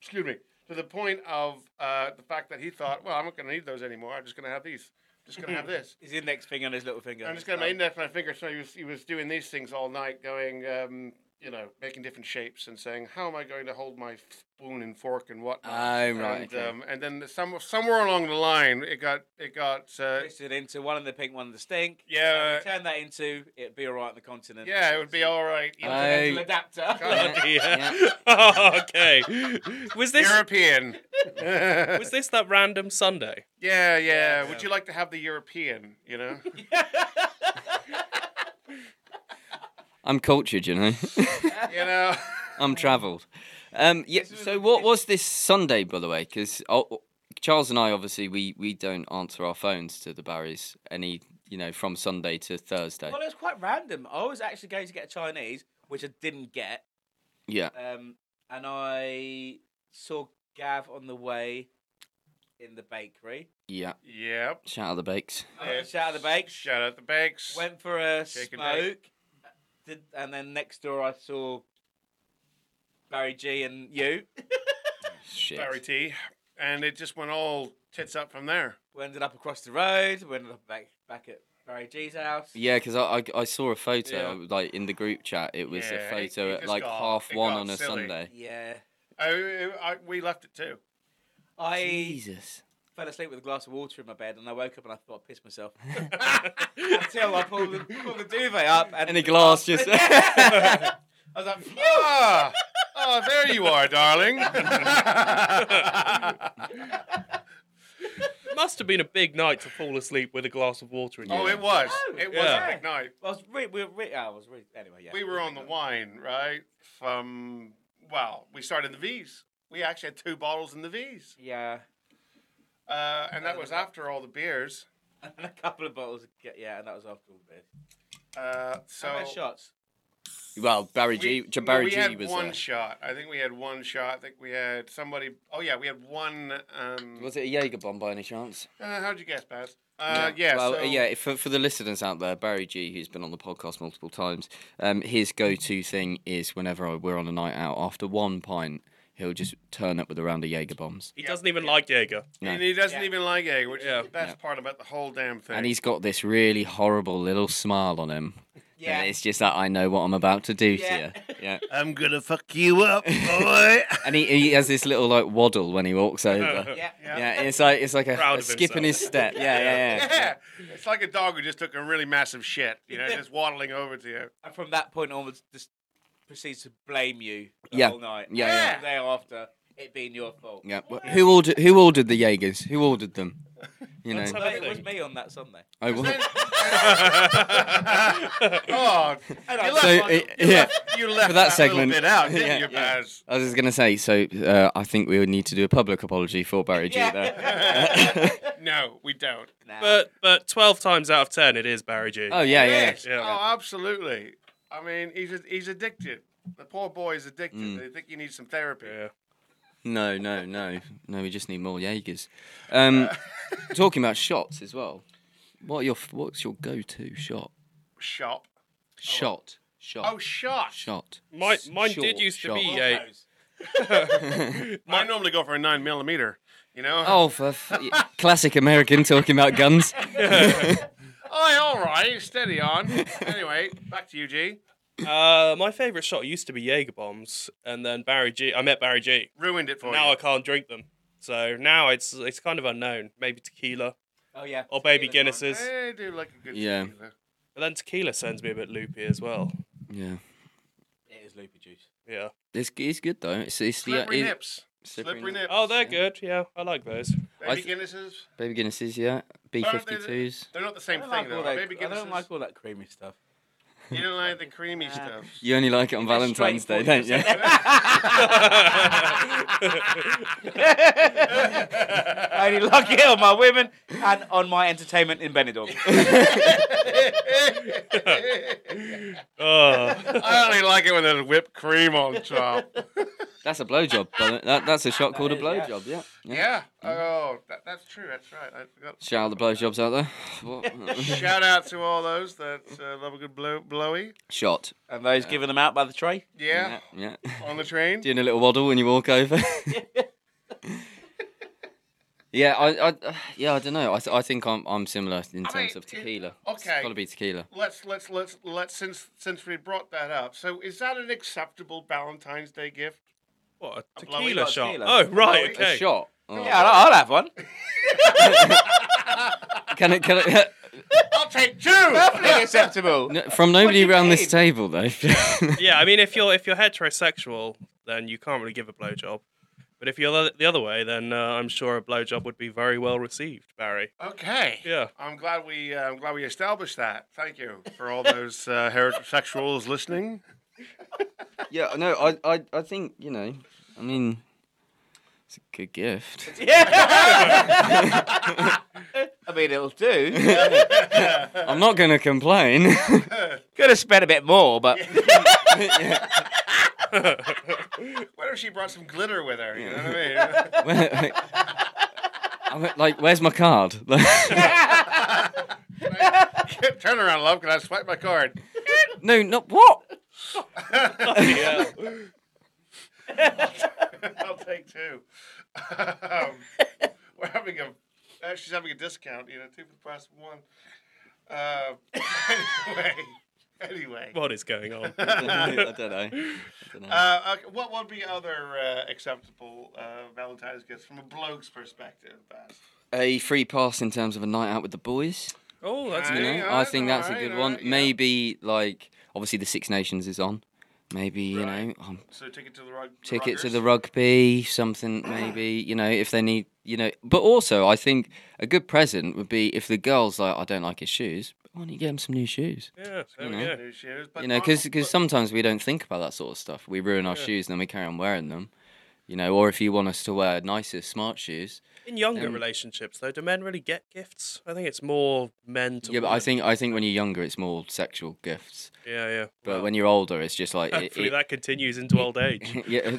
Excuse me, to the point of uh, the fact that he thought, "Well, I'm not going to need those anymore. I'm just going to have these. I'm just going to have this. His index finger and his little finger. I'm just going to index my finger." So he was he was doing these things all night, going. Um, you know, making different shapes and saying, "How am I going to hold my spoon and fork and whatnot?" Oh, right, And, okay. um, and then some, somewhere along the line, it got it got uh, Twisted into one in the pink, one in the stink. yeah Turn that into it'd be all right on the continent. yeah it would be all right. you know, I- Continental adapter. Yeah, Yeah. yeah. okay. Was this European. yeah, was this that random Sunday? yeah, Yeah. Would you like to have the European? You know. I'm cultured, you know. you know. I'm travelled. Um, yeah. So what was this Sunday, by the way? Because Charles and I, obviously, we we don't answer our phones to the Barrys any, you know, from Sunday to Thursday. well, it was quite random. I was actually going to get a Chinese, which I didn't get. Yeah. Um, and I saw Gav on the way in the bakery. Yeah. Yep. Shout out the bakes. Oh, Uh, shout out the bakes. Shout out the bakes. Went for a Shake and smoke. Did, and then next door I saw Barry G and you. Shit. Barry T. And it just went all tits up from there. We ended up across the road. We ended up back back at Barry G's house. Yeah, because I, I I saw a photo Yeah. of, like in the group chat. It was Yeah, it- a photo it at just like got- half it one got on a silly. Sunday. Yeah. I, I, I- we left it too. I Jesus. fell asleep with a glass of water in my bed, and I woke up and I thought I pissed myself. Ah! Until I pulled the, pulled the duvet up and, And a glass just. I was like, phew! Ah, oh, there you are, darling. Must have been a big night to fall asleep with a glass of water in your oh, hand. it was. Oh, It was yeah. a big night. I was re- we were re- I was re- anyway. Yeah, We were on the wine, right? From well, we started in the V's. We actually had two bottles in the V's. Yeah, Uh, and Oh, that was after all the beers. and a couple of bottles. Of, ge- yeah, and that was after all this. Uh, so So shots. well, Barry G. we, J- no, Barry we G. had was one there. shot. I think we had one shot. I think we had somebody. Oh yeah, we had one. Um, Was it a Jaeger bomb by any chance? uh, how'd you guess, Baz? Uh, yeah. Well, so, yeah. For, for the listeners out there, Barry G, who's been on the podcast multiple times, um, his go-to thing is whenever I- we're on a night out after one pint, he'll just turn up with a round of Jaeger bombs, He doesn't even like Jaeger. No. And he doesn't Yeah. even like egg, which Yeah. is the best part about the whole damn thing. and he's got this really horrible little smile on him, Yeah, and it's just that I know what I'm about to do Yeah. to you. Yeah. I'm gonna fuck you up, boy. and he, he has this little like waddle when he walks over. yeah. Yeah. Yeah, and it's like it's like a, Proud a of skip in his himself. step. Yeah, yeah, yeah. yeah, it's like a dog who just took a really massive shit, you know, just waddling over to you. And from that point onwards, just proceeds to blame you the Yeah. whole night. Yeah, And yeah. The day after, it being your fault. yeah. Well, Who ordered who ordered the Jaegers? Who ordered them? You That's know, how- But it was me on that Sunday. I wa- oh, And you I left, So, one- you uh, yeah. left, you left For that that, segment. little bit out, didn't Yeah, you, yeah. Baz? I was just gonna say. So uh, I think we would need to do a public apology for Barry G. There. yeah. No, we don't. Nah. But but twelve times out of ten, it is Barry G. Oh yeah, yeah. Yes. Yeah. Oh, absolutely. I mean, he's he's addicted. The poor boy is addicted. Mm. They think you need some therapy. Yeah. No, no, no, no. We just need more Jaegers. Um, Uh. talking about shots as well. What are your what's your go-to shot? Oh. Shop. Shot. Shot. Oh, shop. shot. My, mine Short did used to shot. be Jaeger. I normally go for a nine millimeter. You know. Oh, for f- classic American talking about guns. Oh, yeah, all right. Steady on. anyway, back to you, G. Uh, my favorite shot used to be Jaeger bombs, and then Barry G. I met Barry G. Ruined it for Now I you. can't drink them, so now it's it's kind of unknown. Maybe tequila, oh yeah. or baby Tequila's on. Guinnesses. I do like a good. Yeah. tequila. but then tequila sends me a bit loopy as well. Yeah. It is loopy juice. Yeah. It's, it's good though. It's, it's the Slippery it- nips. slippery Slippery nip. nips. Oh, they're good. Yeah, I like those. I Baby th- Guinnesses. Baby Guinnesses, yeah. B Aren't fifty they the- twos. They're not the I same don't, thing like though. all are that, Baby I don't Guinnesses. like all that creamy stuff. You don't like the creamy stuff. You only like it on Valentine's Day, don't you? I only like it on my women and on my entertainment in Benidorm. Oh. I only like it when there's whipped cream on top. That's a blowjob. brother. That, that's a shot called a is, yeah. blowjob. Yeah. Yeah. Oh, that, that's true. That's right. I forgot. Shout out the blowjobs out there. What? Shout out to all those that uh, love a good blow, blowy. shot. and those giving them out by the tray. Yeah. Yeah. yeah. On the train. Doing a little waddle when you walk over. yeah, I, I, yeah, I don't know. I, th- I think I'm, I'm similar in terms mean, of it- tequila. It's okay. gotta be tequila. Let's let's let's let's since since we brought that up. So is that an acceptable Valentine's Day gift? What, a blowy. tequila Got a shot? tequila. Oh, right, Blowy. okay. A shot. Oh. Yeah, I'll, I'll have one. Can it? Can it? I'll take two. Perfectly acceptable. No, From do nobody you around this mean? table, though. Yeah, I mean, if you're if you're heterosexual, then you can't really give a blowjob. But if you're the- the other way, then uh, I'm sure a blowjob would be very well received, Barry. Okay. Yeah. I'm glad we uh, I'm glad we established that. Thank you for all those uh, heterosexuals listening. yeah, no, I, I, I think you know. I mean, it's a good gift. I mean, it'll do. I'm not gonna complain. Could have spent a bit more, but What if she brought some glitter with her? You know what I mean? Where- like, I went, like, where's my card? Turn around, love. Can I swipe my card? no, not what? Yeah. I'll take two. um, we're having a. Uh, she's having a discount. You know, two for the price of one. Uh, anyway, anyway. what is going on? I don't know. I don't know. Uh, okay, what would be other uh, acceptable uh, Valentine's gifts from a bloke's perspective? Baz? a free pass in terms of a night out with the boys. Oh, that's You Yeah, know, yeah, I that's think that's a alright, good one. alright, yeah. Maybe like obviously the Six Nations is on. Maybe you know Right. um, So ticket to the rug. the ticket to Ruggers? the rugby, something maybe you know if they need you know. But also, I think a good present would be if the girls like I don't like his shoes. Why don't you get him some new shoes? yeah. There Oh, You we know. go. New shoes, but you know, not- because but- sometimes we don't think about that sort of stuff. We ruin our shoes and then we carry on wearing them. You know, or if you want us to wear nicer, smart shoes. In younger Um, relationships, though, do men really get gifts? I think it's more men to. Yeah, but I women. think I think when you're younger, it's more sexual gifts. Yeah, yeah. But Well, when you're older, it's just like it, hopefully it- that continues into old age. yeah.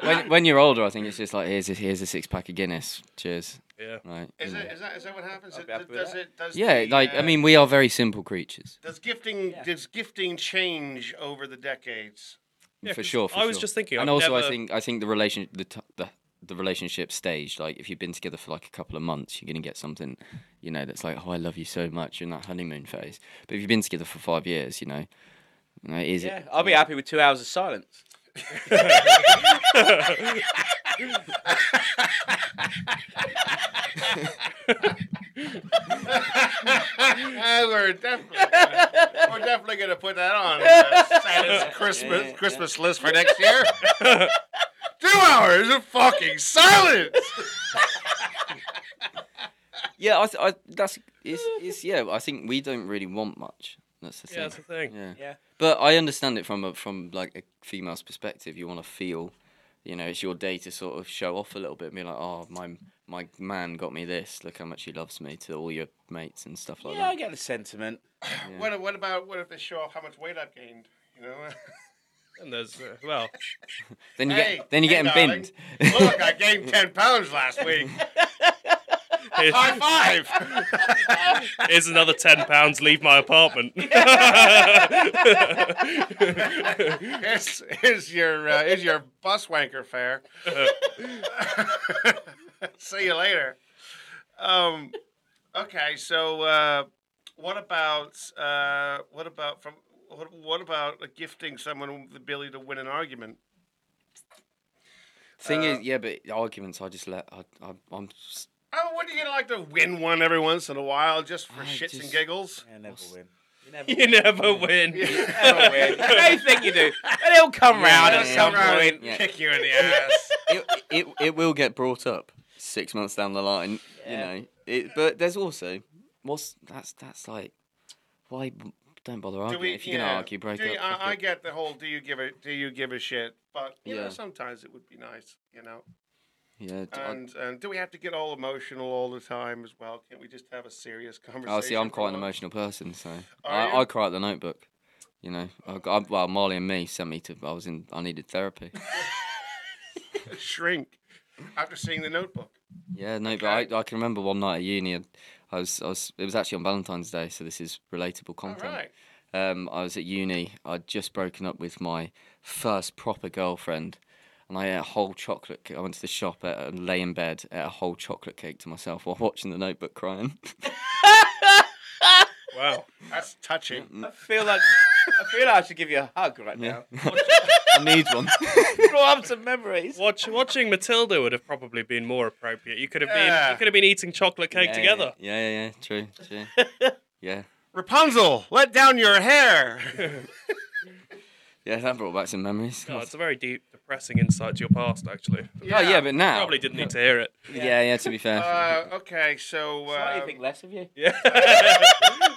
when, when you're older, I think it's just like here's a, here's a six pack of Guinness. Cheers. yeah. Right. is you know. it is that is that what happens? I'd It, be happy with does that. it does Yeah, the, like uh, I mean, we are very simple creatures. does gifting Yeah. does gifting change over the decades? Yeah, for 'cause sure. For I was sure. just thinking, and I've also I never- think I think the relation the, t- the the relationship stage, like if you've been together for like a couple of months, you're gonna get something, you know, that's like, oh, I love you so much in that honeymoon phase. But if you've been together for five years, you know, you know, is yeah, it? I'll be happy with two hours of silence. we're definitely gonna, we're definitely gonna put that on the saddest Christmas yeah. Christmas list for next year. Two hours of fucking silence. Yeah, I, th- I that's it's, it's yeah. I think we don't really want much. That's the thing. Yeah, that's the thing. Yeah. Yeah. But I understand it from a from like a female's perspective. You want to feel, you know, it's your day to sort of show off a little bit and be like, oh, my my man got me this. Look how much he loves me to all your mates and stuff like Yeah, I that. get the sentiment. What what about what if they show off how much weight I've gained? You know, And there's uh, well, Then you Hey, get then you hey, get him darling. binned. look, I gained ten pounds last week. here's, High five. here's another ten pounds. Leave my apartment. Here's, here's your uh, here's your bus wanker fare. See you later. Um, okay, so uh, what about uh, what about from what, what about gifting someone the ability to win an argument? Thing Uh. is, yeah, but arguments. I just let I, I I'm s- Oh, wouldn't you like to win one every once in a while, just for I shits and just- giggles? Yeah, never win. You never you never win. never win. They think you do, and it'll come round yeah, at yeah. some Come round point. and Yeah. kick you in the ass. it, it it will get brought up six months down the line. You know, it, but there's also what's that's that's like why don't bother Do arguing we, if you're gonna yeah. argue? Break do you- up. fuck I, I it. get the whole "do you give a do you give a shit," but you know Yeah. sometimes it would be nice, you know. yeah. d- I- And and do we have to get all emotional all the time as well? Can't we just have a serious conversation? Oh, see, I'm for quite an once? emotional person, so Are I, you? I cry at the Notebook. You know, I, I, well, Marley and me sent me to. I was in. I needed therapy. Shrink after seeing the Notebook. Yeah, no, but I, I can remember one night at uni. and I was, I was. It was actually on Valentine's Day, so this is relatable All content. right. um, I was at uni. I'd just broken up with my first proper girlfriend, and I ate a whole chocolate. Cake. I went to the shop uh, and lay in bed, ate a whole chocolate cake to myself while watching The Notebook, crying. Wow. That's Mm, touching. I feel like I feel like I should give you a hug right Yeah. now. I need one. Draw up some memories. Watch, watching Matilda would have probably been more appropriate. You could have been Yeah. you could have been eating chocolate cake Yeah, together. Yeah, yeah, yeah, yeah, True, true. Yeah, Rapunzel, let down your hair. yeah. That brought back some memories. God, Oh, it's a very deep, depressing insight to your past, actually. Oh yeah, but now. Probably didn't need to hear it. Yeah, yeah. To be fair. Uh, okay, so Slightly uh, think less of um, you. Yeah. um,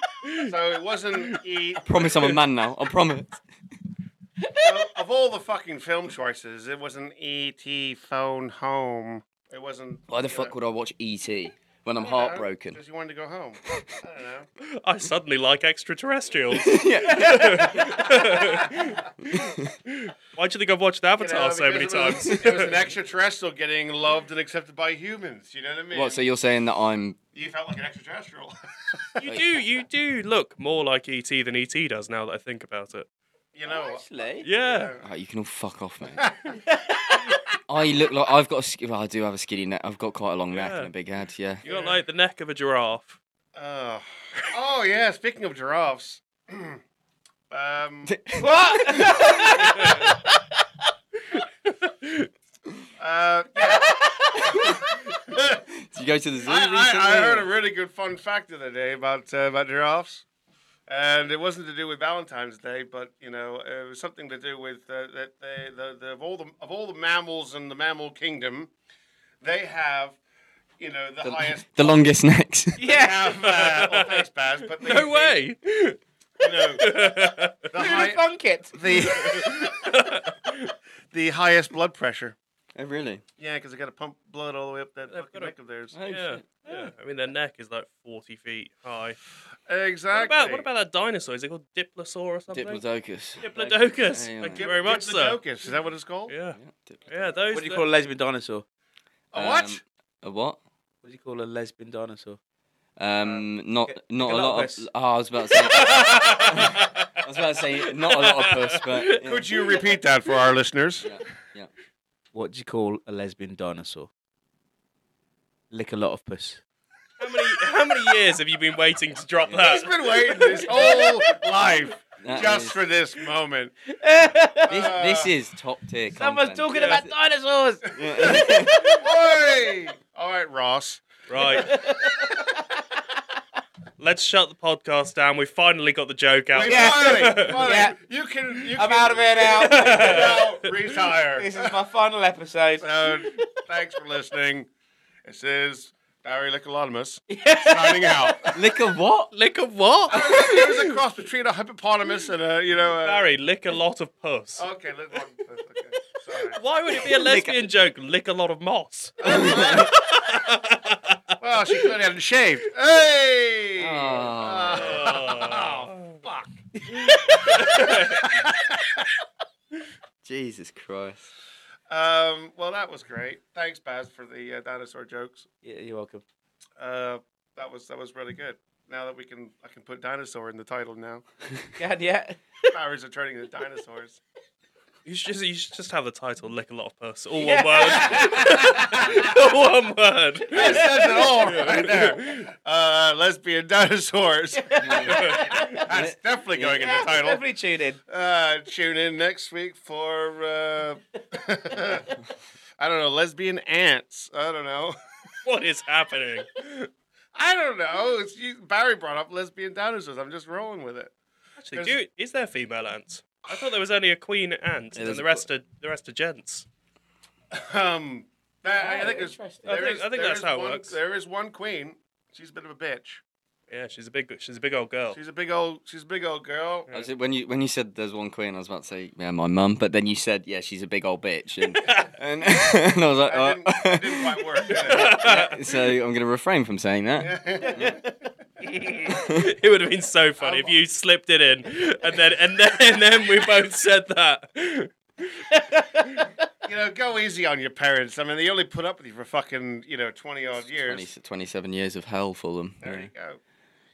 so it wasn't E. promise I'm a man now. I promise. well, of all the fucking film choices, it wasn't E.T. Phone Home. It wasn't. Why the you fuck know, would I watch E.T. when I I'm don't know, heartbroken? Because you wanted to go home. I don't know. I suddenly like extraterrestrials. yeah. Why do you think I've watched You Avatar know, so many because it was- times? It was an extraterrestrial getting loved and accepted by humans. You know what I mean? What? So you're saying that I'm? you felt like an extraterrestrial. you do, you do look more like ET than ET does now that I think about it. you know. Actually, Yeah. Oh, you can all fuck off, mate. I look like I've got. A, sk- well, I do have a skinny neck. I've got quite a long neck and Yeah. a big head. Yeah. You got like the neck of a giraffe. Oh. oh yeah. Speaking of giraffes. um. Uh, yeah, Did you go to the zoo I, recently? uh, I, I heard a or- really good fun fact the other day about uh, about giraffes, and it wasn't to do with Valentine's Day, but you know, it was something to do with uh, that they the, the of all the of all the mammals in the mammal kingdom, they have, you know, the, highest. the longest necks. They have, uh, well, thanks, Baz. But they, No way. You know, the, Who'd high, thunk it? the, the highest blood pressure. oh really? Yeah, because they got to pump blood all the way up that fucking gotta- neck of theirs. Oh, Yeah. shit. Yeah. I mean, their neck is like 40 feet high. What Exactly. about, what about that dinosaur? Is it called Diplosaur or something? Diplodocus. Diplodocus. Hang on. Thank you Dip- very much, sir. Diplodocus, Is that what it's called? Yeah. Yeah, Diplo- Yeah, those. What do you the- call a lesbian dinosaur? A what? Um, a what? What do you call a lesbian dinosaur? Um, not like not a a lot octopus. of. Oh, I was about to say. I was about to say not a lot of puss, but yeah. Could you repeat that for our listeners? Yeah. What do you call a lesbian dinosaur? Lick a lot of puss. How many, how many years have you been waiting to drop He's that? been waiting his whole life That just is- for this moment. this, this is top tier. Someone's content. talking about dinosaurs. Oi! All right, Ross. Right. Let's shut the podcast down. We finally got the joke out. Wait, Yeah. finally, finally, Yeah. you can. You I'm can out of here now. now retire. this is my final episode. So, thanks for listening. This is Barry Lickalonimus signing out. Lick a what? Lick a what? it was a cross between a hippopotamus and a, you know. A... Barry, lick a lot of puss. Okay, let okay. Sorry. Why would it be a lesbian joke? Lick a lot of moss. Well, she clearly hadn't shaved. Hey! Oh. Oh, fuck. Jesus Christ. Um, well, that was great. Thanks, Baz, for the uh, dinosaur jokes. Yeah, you're welcome. Uh, that was that was really good. Now that we can, I can put dinosaur in the title now. God, yeah. Powers are turning into dinosaurs. You should, just, you should just have the title "Lick a lot of puss," all one word, all one word. That says it all right there. Uh, lesbian dinosaurs. That's definitely going in the title. Definitely tune in. Uh, tune in next week for uh, I don't know lesbian ants. I don't know. What is happening? I don't know. It's, you, Barry brought up lesbian dinosaurs. I'm just rolling with it. Actually, do, is there female ants? I thought there was only a queen ant, and there's the a- rest are the rest are gents. Um, that- I- I Wow, think it's. interesting. I there think- is- I think there that's is how it one, works. There is one queen. She's a bit of a bitch. Yeah, she's a big she's a big old girl. She's a big old. She's a big old girl. I was, when you when you said there's one queen, I was about to say yeah, my mum, but then you said yeah, she's a big old bitch, and, and, and I was like, Uh. That didn't, oh. that didn't quite work. did so I'm gonna refrain from saying that. it? it would have been so funny if you slipped it in, and then and then and then we both said that. you know, go easy on your parents. I mean, they only put up with you for fucking you know twenty odd years. 20, 27 years of hell for them. There yeah. you go.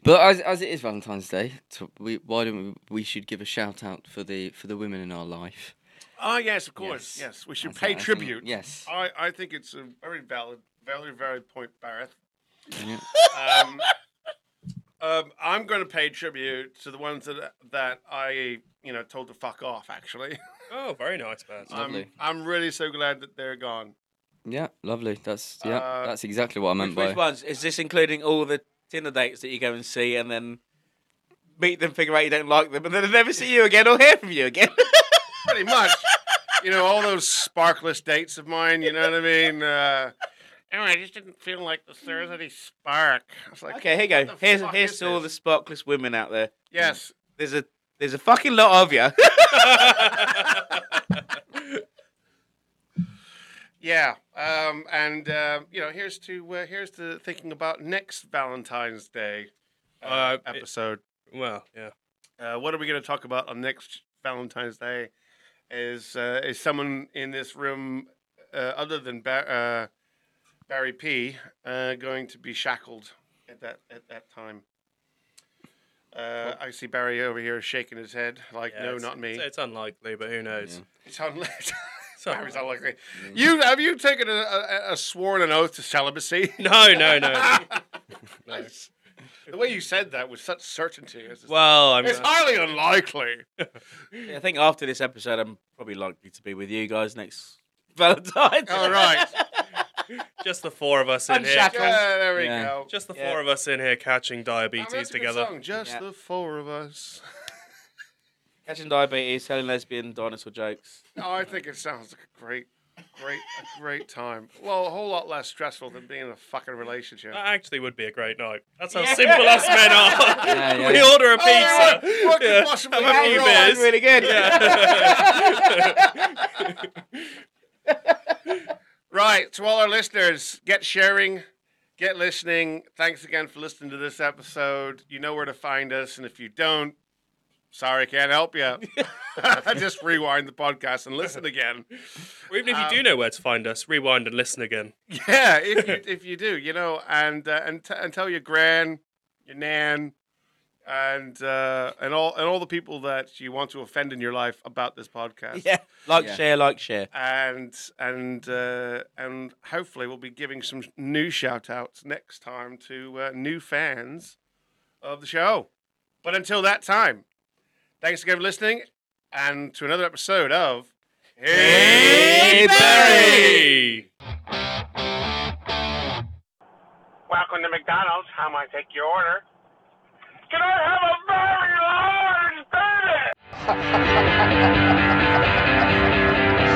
But as, as it is Valentine's Day, to, we, why don't we, we should give a shout out for the for the women in our life. Oh yes, of course. Yes. Yes, we should I thi- pay I think- tribute. yes. I, I think it's a very valid, very valid point, Barrett. Yeah. Um, um, I'm going to pay tribute to the ones that that I you know told to fuck off. Actually, Oh, very nice person. I'm, Lovely. I'm really so glad that they're gone. Yeah, lovely. That's yeah, Uh, that's exactly what I meant Which, which by. ones? Is this including all the Tinder dates that you go and see and then meet them, figure out you don't like them, and then they never see you again or hear from you again? Pretty much, you know, all those sparkless dates of mine. You know what I mean? Uh, oh, I just didn't feel like the there's any spark. I was like, okay, here you go. What the Here's fuck here's is to all the this? sparkless women out there. yes, There's a there's a fucking lot of you. yeah, um, and uh, you know, here's to uh, here's to thinking about next Valentine's Day uh, Uh, it- episode. well, yeah. uh, what are we going to talk about on next Valentine's Day? Is uh, is someone in this room uh, other than ba- uh, Barry P uh, going to be shackled at that at that time? Uh, I see Barry over here shaking his head like, yeah no, it's- not me. It's, it's unlikely, but who knows? Yeah. It's unli- It's Barry's unlikely. unlikely. Mm-hmm. You have you taken a, a, a sworn an oath to celibacy? No, no, no. Nice. The way you said that with such certainty, it's, just- Well, I'm. it's uh, highly unlikely. Yeah, I think after this episode, I'm probably likely to be with you guys next Valentine's. All right. just the four of us in here. Unshackled. Yeah, there we Yeah. go. Just the Yeah. four of us in here catching Oh, diabetes that's a good together. song, Just Yeah. the four of us. Catching diabetes, telling lesbian dinosaur jokes. No, Oh, I think it sounds like a great, great, a great time. Well, a whole lot less stressful than being in a fucking relationship. That actually would be a great night. That's how Yeah. simple us men are. Yeah, yeah. We order a pizza. right, what could yeah, possibly have a go few wrong? beers. That's really good. Right, to all our listeners, get sharing, get listening. Thanks again for listening to this episode. You know where to find us, and if you don't, sorry, can't help you. Just rewind the podcast and listen again. Or even if you do know where to find us, rewind and listen again. Yeah, if you, if you do, you know, and uh, and, t- and tell your gran, your nan, and uh, and all and all the people that you want to offend in your life about this podcast. Yeah. Like, Yeah. share, like, share. And and uh, and hopefully we'll be giving some new shout outs next time to uh, new fans of the show. But until that time, thanks again for listening, and to another episode of Hey Welcome to McDonald's. How may I take your order? Can I have a very large burger?